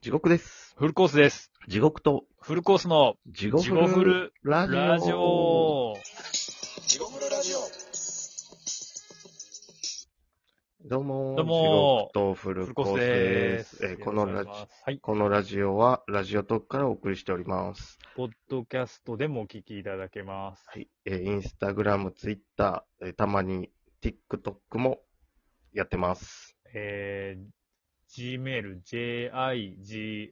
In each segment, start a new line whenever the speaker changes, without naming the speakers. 地獄です。
フルコースです。
地獄と、
フルコースの
地獄
地獄フル
ラジオ。
ラジオ。
どうもー
どうも
地獄とフ
フ
ル
ル
コ
コー
ース
ス
で。
ですす。
えーこのラジ
よろしくお願いしますはい。
このラジオは、ラジオトークからお送りしております。
ポッドキャストでもお聞きいただけます。
はい。えーインスタグラム、ツイッター、えーたまに TikTok もやってます。
えー、gmail,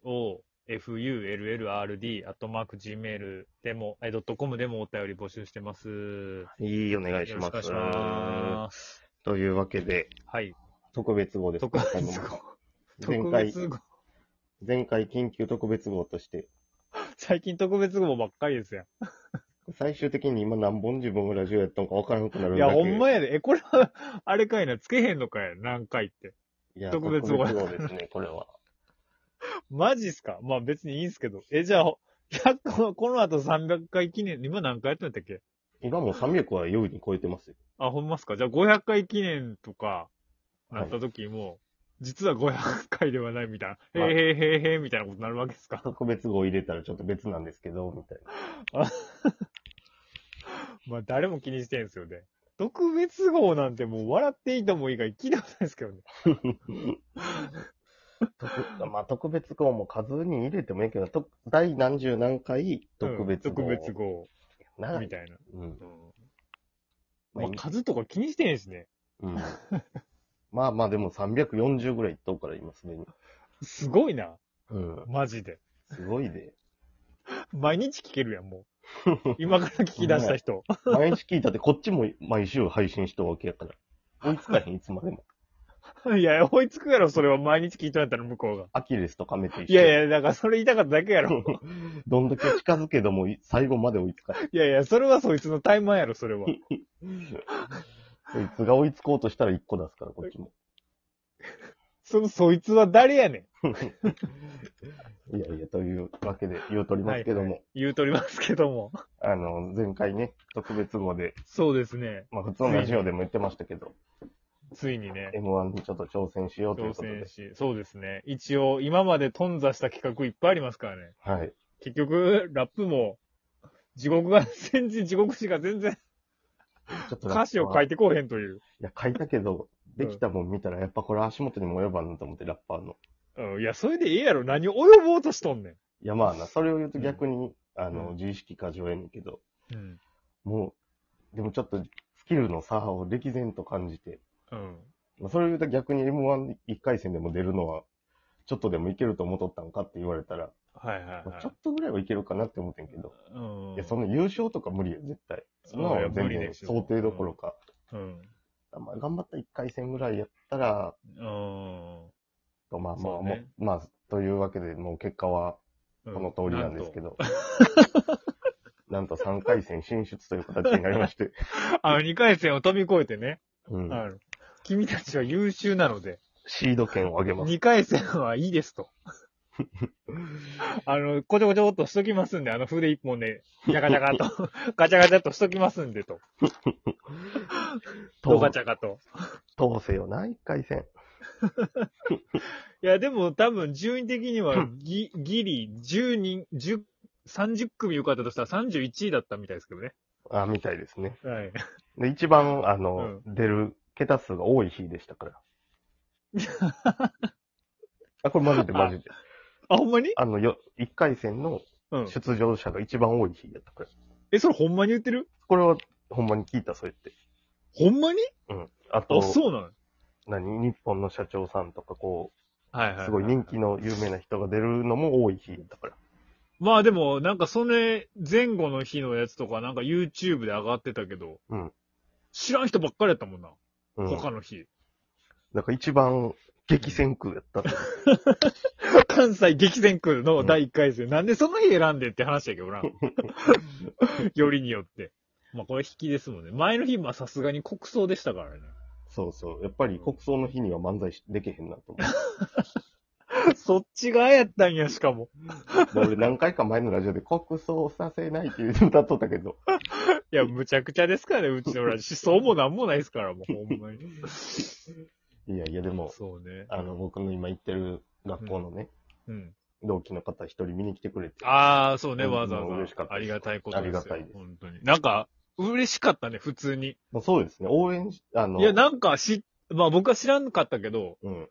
jigofullrd, アットマーク gmail でも、えー、.com でもお便り募集してます。よ
いい、お願
ろ
い
し
し
くお
ます。
願いします。
というわけで、
はい。
特別号です。
特別号。
前
特
回、
別号。
前回緊急特別号として、
最近特別号ばっかりですやん
最終的に今何本自分がラジオやったのか分からなくなる
い
だ
や、
け
ほんまやで。え、これは、 あれかいな。つけへんのかいな。何回って。
いや
特別号
特別ですね、これは。
マジっすかまあ別にいいんすけど。え、じゃあ、100個、この後300回記念、今何回やったんやったっけ
今もう300は優に超えてますよ。
あ、ほんまっすかじゃあ500回記念とか、なった時も、実は500回ではないみたいな。
は
へ
い
ーへーへーへーみたいなことになるわけですか
特別号入れたらちょっと別なんですけど、みたいな。
まあ誰も気にしてんすよね。特別号なんてもう笑っていいとも以外聞いたことないですけどね。
特まあ、特別号も数に入れてもいいけど、と第何十何回特別
うん
号。
特別号。
長
み
い。
たいな。
うん。
まあ数とか気にしてへんしね。
うん。まあまあ、でも340ぐらいいっとうから、今すでに。
すごいな。
うん。
マジで。
すごいで。
毎日聞けるやん、も う。今から聞き出した人。
毎日聞いたって、こっちも毎週配信しとるわけやから。追いつかへん、いつまでも。
いや、追いつくやろ、それは毎日聞いとんやったら向こうが。
アキレスとカメと一緒。
いやいや、だからそれ言いたかっただけやろ。
どんだけ近づけども、い最後まで追いつかない。
いやいや、それはそいつの怠慢やろ、それは。
こいつが追いつこうとしたら1個出すから、こっちも。
そのそいつは誰やね
いやいや、というわけで言うとりますけども、
ん。言うとりますけども。
あの、前回ね、特別号で、
そうですね。
まあ普通のラジオでも言ってましたけど、
ついにね、
M1 にちょっと挑戦しようという
挑
ことで
戦。し。そうですね。一応、今まで頓挫した企画いっぱいありますからね。
はい。
結局、ラップも、地獄が、全然地獄詩が全然
ちょっと
歌詞を書い
て。
てこうへんという。
いや、書いたけど、できたもん見たら、やっぱこれ足元にも及ばんなと思って、ラッパーの。
うん、いや、それでええやろ。何を及ぼうとしとんねん。
いや、まあな、それを言うと逆に、あの、
うん
自意識過剰やねんけど、
うん。
もう、でもちょっと、スキルの差を歴然と感じて、
うん。
まあ、それを言うと逆に M11 回戦でも出るのは、ちょっとでもいけると思っとったんかって言われたら、
はいはいはい
まあ、ちょっとぐらいはいけるかなって思ってんけど、
うん。
いや、その優勝とか無理よ、絶対。そんなの
いや
は全
無理
然
ですよ
想定どころか。
うん。
まあ、頑張った1回戦ぐらいやったら、
うん。
とまあまあ、
そうね
もうまあ、というわけで、もう結果は
うん
この通りなんですけ。ど。 なんと3回戦進出という形になりまして。
なんとあの、2回戦を飛び越えてね。
うん
あの君たちは優秀なので、
シード権を上げます。
2回戦はいいですと。あの、こちょこちょっとしときますんで、あの筆一本で、ジャカジャカと、ガチャガチャっとしときますんでと。ドガチャカと。
通せよな、1回戦。
いや、でも多分順位的にはギ、ギリ、10人、10、30組受かったとしたら31位だったみたいですけどね。
あ、みたいですね。
はい。
で、一番、あの、出る桁数が多い日でしたから。 あ、これマジでマジで。
あ、ほんまに
あの、よ、1回戦の
うん。
出場者が一番多い日やったから。
え、それほんまに言ってる
これは、ほんまに聞いた、そうやって。
ほんまに
うん。あと、
あ、そうなの
何日本の社長さんとか、こ
はいはは
う、すごい人気の有名な人が出るのも多い日やったから。
まあでも、なんかそれ前後の日のやつとか、なんか YouTube で上がってたけど、
うん
知らん人ばっかりやったもんな、
うん。
他の日。
なんか一番、激戦区やった。
関西激戦区の第1回戦、なんでその日選んでって話やけど な。よりによって。まあこれ引きですもんね。前の日、まあさすがに国葬でしたからね。
そうそう。やっぱり国葬の日には漫才しできへんなと思って。
そっち側やったんや、しかも。
で俺何回か前のラジオで国葬させないって歌っとったけど、
いや、むちゃくちゃですからね、うちのら思想もなんもないですから、もうほんまに。
いやいやでも、
そうね。
あの、僕の今行ってる学校のね、
うん。
同期の方一人見に来てくれて。
ああ、そうね、
うん
わざわ
もう嬉しかっ
ざ。
たです
ありがたいことですよ。
ありがたいです
本当に。なんか、嬉しかったね、普通に。
まあそうですね。応援し、あの、
いや、なんかし、まあ僕は知らんかったけど、
うん。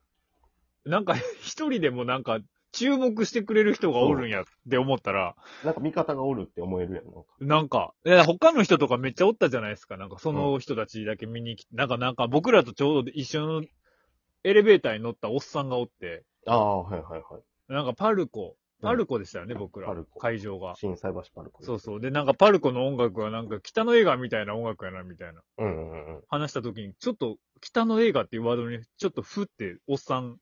なんか 一人でもなんか、注目してくれる人がおるんやって思ったら、
なんか味方がおるって思えるやん。なんか
なんか、いや他の人とかめっちゃおったじゃないですか。なんかその人たちだけ見に来て、なんかなんか僕らとちょうど一緒のエレベーターに乗ったおっさんがおって、
ああ、はいはいはい。
なんかパルコ、パル
コ。
コでしたよね、僕ら。
パルコ
会場が。
震災橋パルコ。
そうそう。で、なんかパルコの音楽はなんか北の映画みたいな音楽やな、みたいな
う。うんうんうん。
話した時に、ちょっと北の映画っていうワードに、ちょっとふっておっさん、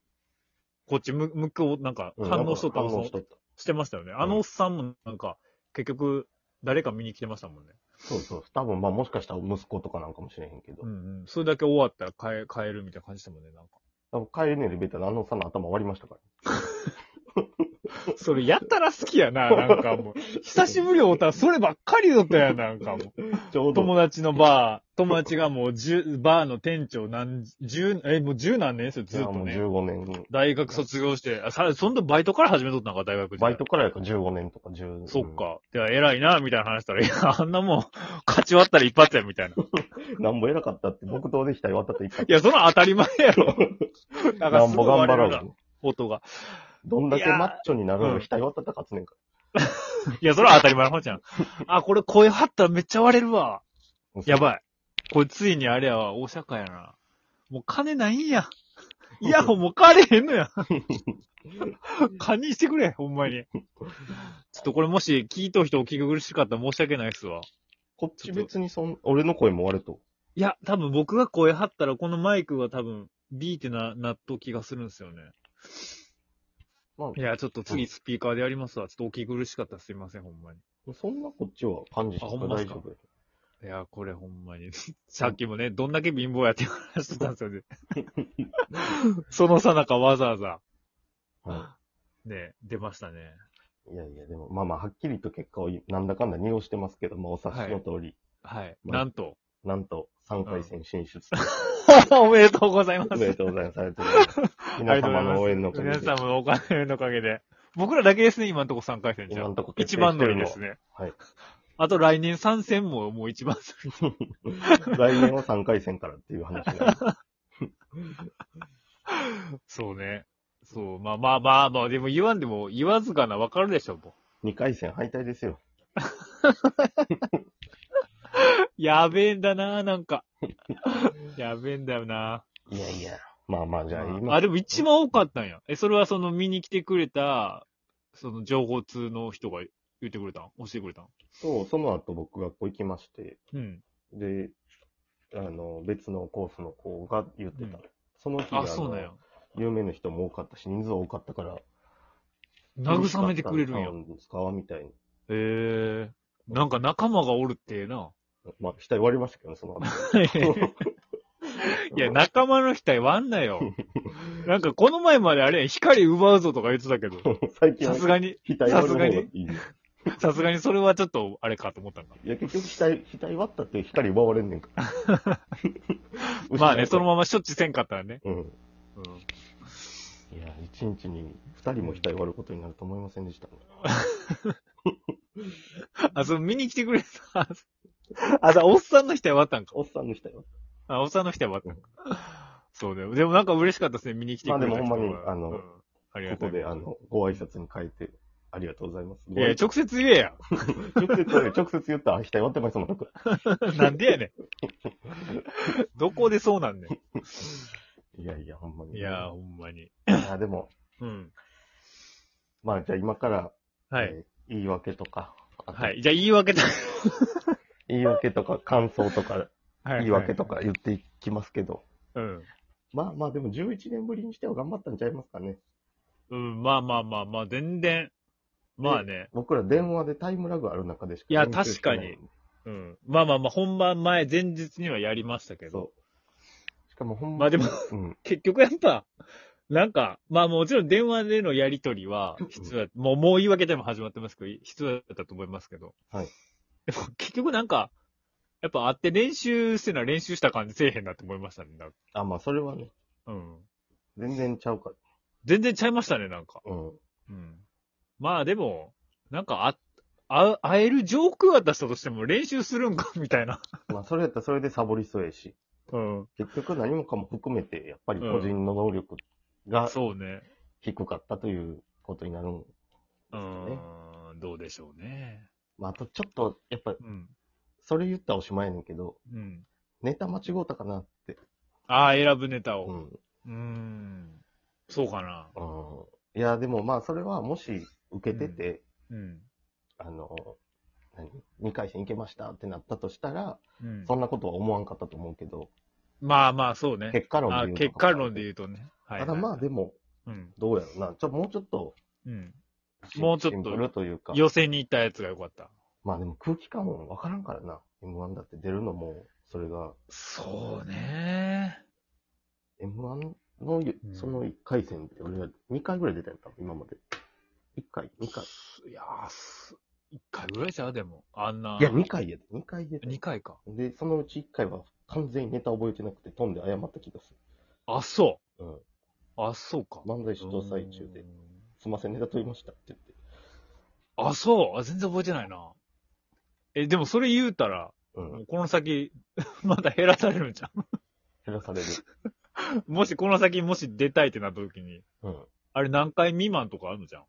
こっち向向こう、なんか
うん
反応しとった
なん
お
か
っ
反応し
さん
とった。
してましたよね。あのおっさんもなんか、結局、誰か見に来てましたもんね。
そうそう。多分、まあもしかしたら息子とかなんかもしれへんけど
う。んうん。それだけ終わったら変え、変えるみたいな感じでしたもんね、なんか。
多分帰れねえでベタらあのおっさんの頭割りましたから。
それやたら好きや な、なんかもう。久しぶりおったらそればっかりだったやん、なんかもう。
ちょうど。
友達のバー、友達がもう十、バーの店長何、十、え、もう十何年ですよ、ずっと
もう
ね。
15年。
大学卒業して、あ、さ、そんなバイトから始めとったんか、大学時
バ
代
イトからやから15年とか10
そっ。か。いや、偉いな、みたいな話したら、いや、あ んなもん、勝ち割ったら一発や、みたいな。い
うんなんぼ偉かったって、僕とできたよ、渡って一発。
や、その当たり前や ろ。だから
なん
す
ぼ
ぐ
頑張
割れ
ろ
る
う
な
よ。
音が。
どんだけマッチョになろ
う
うんよ、額渡ったら勝つねんか
いや、それは当たり前の話やん。あ、これ声張ったらめっちゃ割れるわ。
ら。
やばい。これついにあれやわ、大阪やな。もう金ないんや。イヤホンもう買われへんの や。カニしてくれ、ほんまに。ちょっとこれもし聞いとう人お聞き苦しかったら申し訳ないっすわ。
こっち別にそん、俺の声も割れと。
いや、多分僕が声張ったらこのマイクが多分ビーってな、なっとう気がするんですよね。
まあ
いや、ちょっと次スピーカーでやりますわ。ちょっとお聞き苦しかったらすいません、ほんまに。
そんなこっちは感じして
あほんまっす
大
か
丈夫や。
いや、これほんま に。さっきもね、どんだけ貧乏やって話してたんです よね。そのさなかわざわざ、
は
ね、出ましたね。
い、いやいや、でも、まあまあ、はっきりと結果を言うなんだかんだ濁してますけど、まあ、お察しの通り、
はい。
まあ
なんと。
なんと3回戦進出。
おめでとうございます。
おめでとうございます。ありがとうご ざいます。皆様の応援のおかげ
皆
で。
様のお金のおかげで。僕らだけですね、今のとこ3回戦じゃ
今
ん。
んとこ
一番乗りで
ですすね。
ね。
はい。
あと来年参戦ももう一番乗り。
来年は3回戦からっていう話 が。
そうね。そう、まあまあまあまあ、でも言わんでも、言わずかな、わかるでしょ、も
2回戦敗退ですよ。
う。やべえんだな、なんか。やべえんだよな。
いやいや。まあまあ、じゃあ
あ、
今。
あでも一番多かったんや。え、それはその見に来てくれた、その情報通の人が言ってくれたん教えてくれたん
そう、その後僕学校行きまして、
うん。
で、あの、別のコースの子が言ってた。
うん
その日が
あ、そうなんや。
有名な人も多かったし、人数多かったから。
慰めてくれるんや。
嬉しかったですかみたいに。
へえー。なんか仲間がおるってえ えな。
まあ、額割りましたけどね、その後。
いや、仲間の額割んなよ。なんかこの前まであれ、光奪うぞとか言ってたけど、
最近
さ
は
すがに、
額割る方がいいよ。
さすがにそれはちょっとあれかと思ったんだ。
いや、結局額、額割ったって光奪われんねん から。
まあね、そのまま処置せんかったらね。
うん。
うん。
いや、一日に二人も額割ることになると思いませんでしたね。
あ、その見に来てくれた。あ、さ、おっさんの額割ったんか。
おっさんの額割っ
あ、おっさんの額割ったんか。そうね。でもなんか嬉しかったですね、見に来てくれた人が。
まあでもほんまにあの
うんあり
た
が
こ
たい
と。で、あの、ご挨拶に変えて、ありがとうございます。
いや、直接言え や。
直接、直接言ったら、額割ってますもん、僕。
なんでや ねん。どこでそうなんね
いやいや、ほんま
ん。
に。
いやー、ほんまに。
いやでも、
うん。
まあ、じゃあ今から、
はい。
えー言い訳とか、あと
はい。じゃあ言い訳だ。
言い訳とか感想とか、言い訳とか言っていきますけど、
うん。
まあまあ、でも11年ぶりにしては頑張ったんちゃいますかね。
うん、まあまあまあまあ、全然。まあね。
僕ら電話でタイムラグある中でしか
いや
練習してない
確かうん。まあまあまあ、本番前、前日にはやりましたけど。
そう。しかもほん
まあでも、
うん。
結局やっぱ、なんか、まあもちろん電話でのやりとりは必要だ、もう、もう言い訳でも始まってますけど、必要だったと思いますけど。
はい。
でも結局なんか、やっぱ会って練習してな練習した感じせえへんなって思いましたね。なんか
あ、まあ、それはね、
うん。
全然ちゃうか
全然ちゃいましたね、なんか。
ら。うん。
うん。まあでも、なんかあ、あ、会える上空やった人としても練習するんか、みたいな。
まあ、それやったらそれでサボりそうやし、
うん。
結局何もかも含めて、やっぱり個人の能力が
そうね。
低かったということになるんです
う
よね。
ーん、どうでしょうね。
まあ、あとちょっと、やっぱ、
うん。
それ言ったらおしまいやねんけど、
うん。
ネタ間違うたかなって。
ああ、選ぶネタ
う
を。
ん。
うーん。そうかな。
うん、いや、でもまあ、それはもし受けてて、
うん。
あの、何 ?2 回戦いけましたってなったとしたら、
うん。
そんなことは思わんかったと思うけど、
まあまあ、そうね。
結果論で
あ
言うと
結果論で言うとね。はい、
ただまあ、でも、
うん。
どうやろうな。ちょ、もうちょっと、
うん。
シン
もうちょっと
シンプルというか。
予選に行ったやつが良かった。
まあでも空気感もわからんからな。M1 だって出るのも、それが、
そうね。
M1 のゆ
うん
その1回戦って、俺は2回ぐらい出たんやった今まで。1回、2回。
いやー、す一回ぐらいちゃうでも。あんな。
いや、2回やで。2回出た。
二回か。
で、そのうち1回は完全にネタ覚えてなくて飛んで謝った気がす
あ、そ
る。うん。
う。あ、そうか。
漫才指導最中
う
で
ー、ん。
すいません、ネタ取りましたって言って。
あ、そう。あ、全然覚えてないな。え、でもそれ言うたら、
うん
も。うこの先、 まだ減らされるんじゃ
減らされる。
ん。 もし、この先、もし出たいってなった時に、
うん。
あれ何回未満とかあるのじゃん。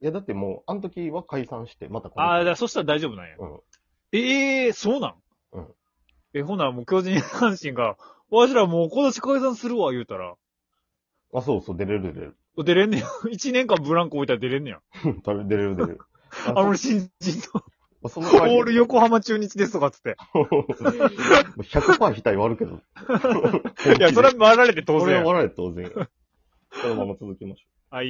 いや、だってもう、あの時は解散して、またこの
ああ、だからそしたら大丈夫なんや。
うん。
ええそうなん
うん。
え、ほな、もう巨人阪神が、わしらもう今年解散するわ、言うたら、
あ、そうそう、出れる出れる。
出れんねや。 一年間ブランコ置いたら出れんねや。
うん出れる出れる出れる。
あの新人の、
の、その 代わり
オール横浜中日ですとかっつって。
100%非対はあるけど。
いや、それは回られて当
これ
然
は
や。
笑え当然。このまま続けましょう。
はい。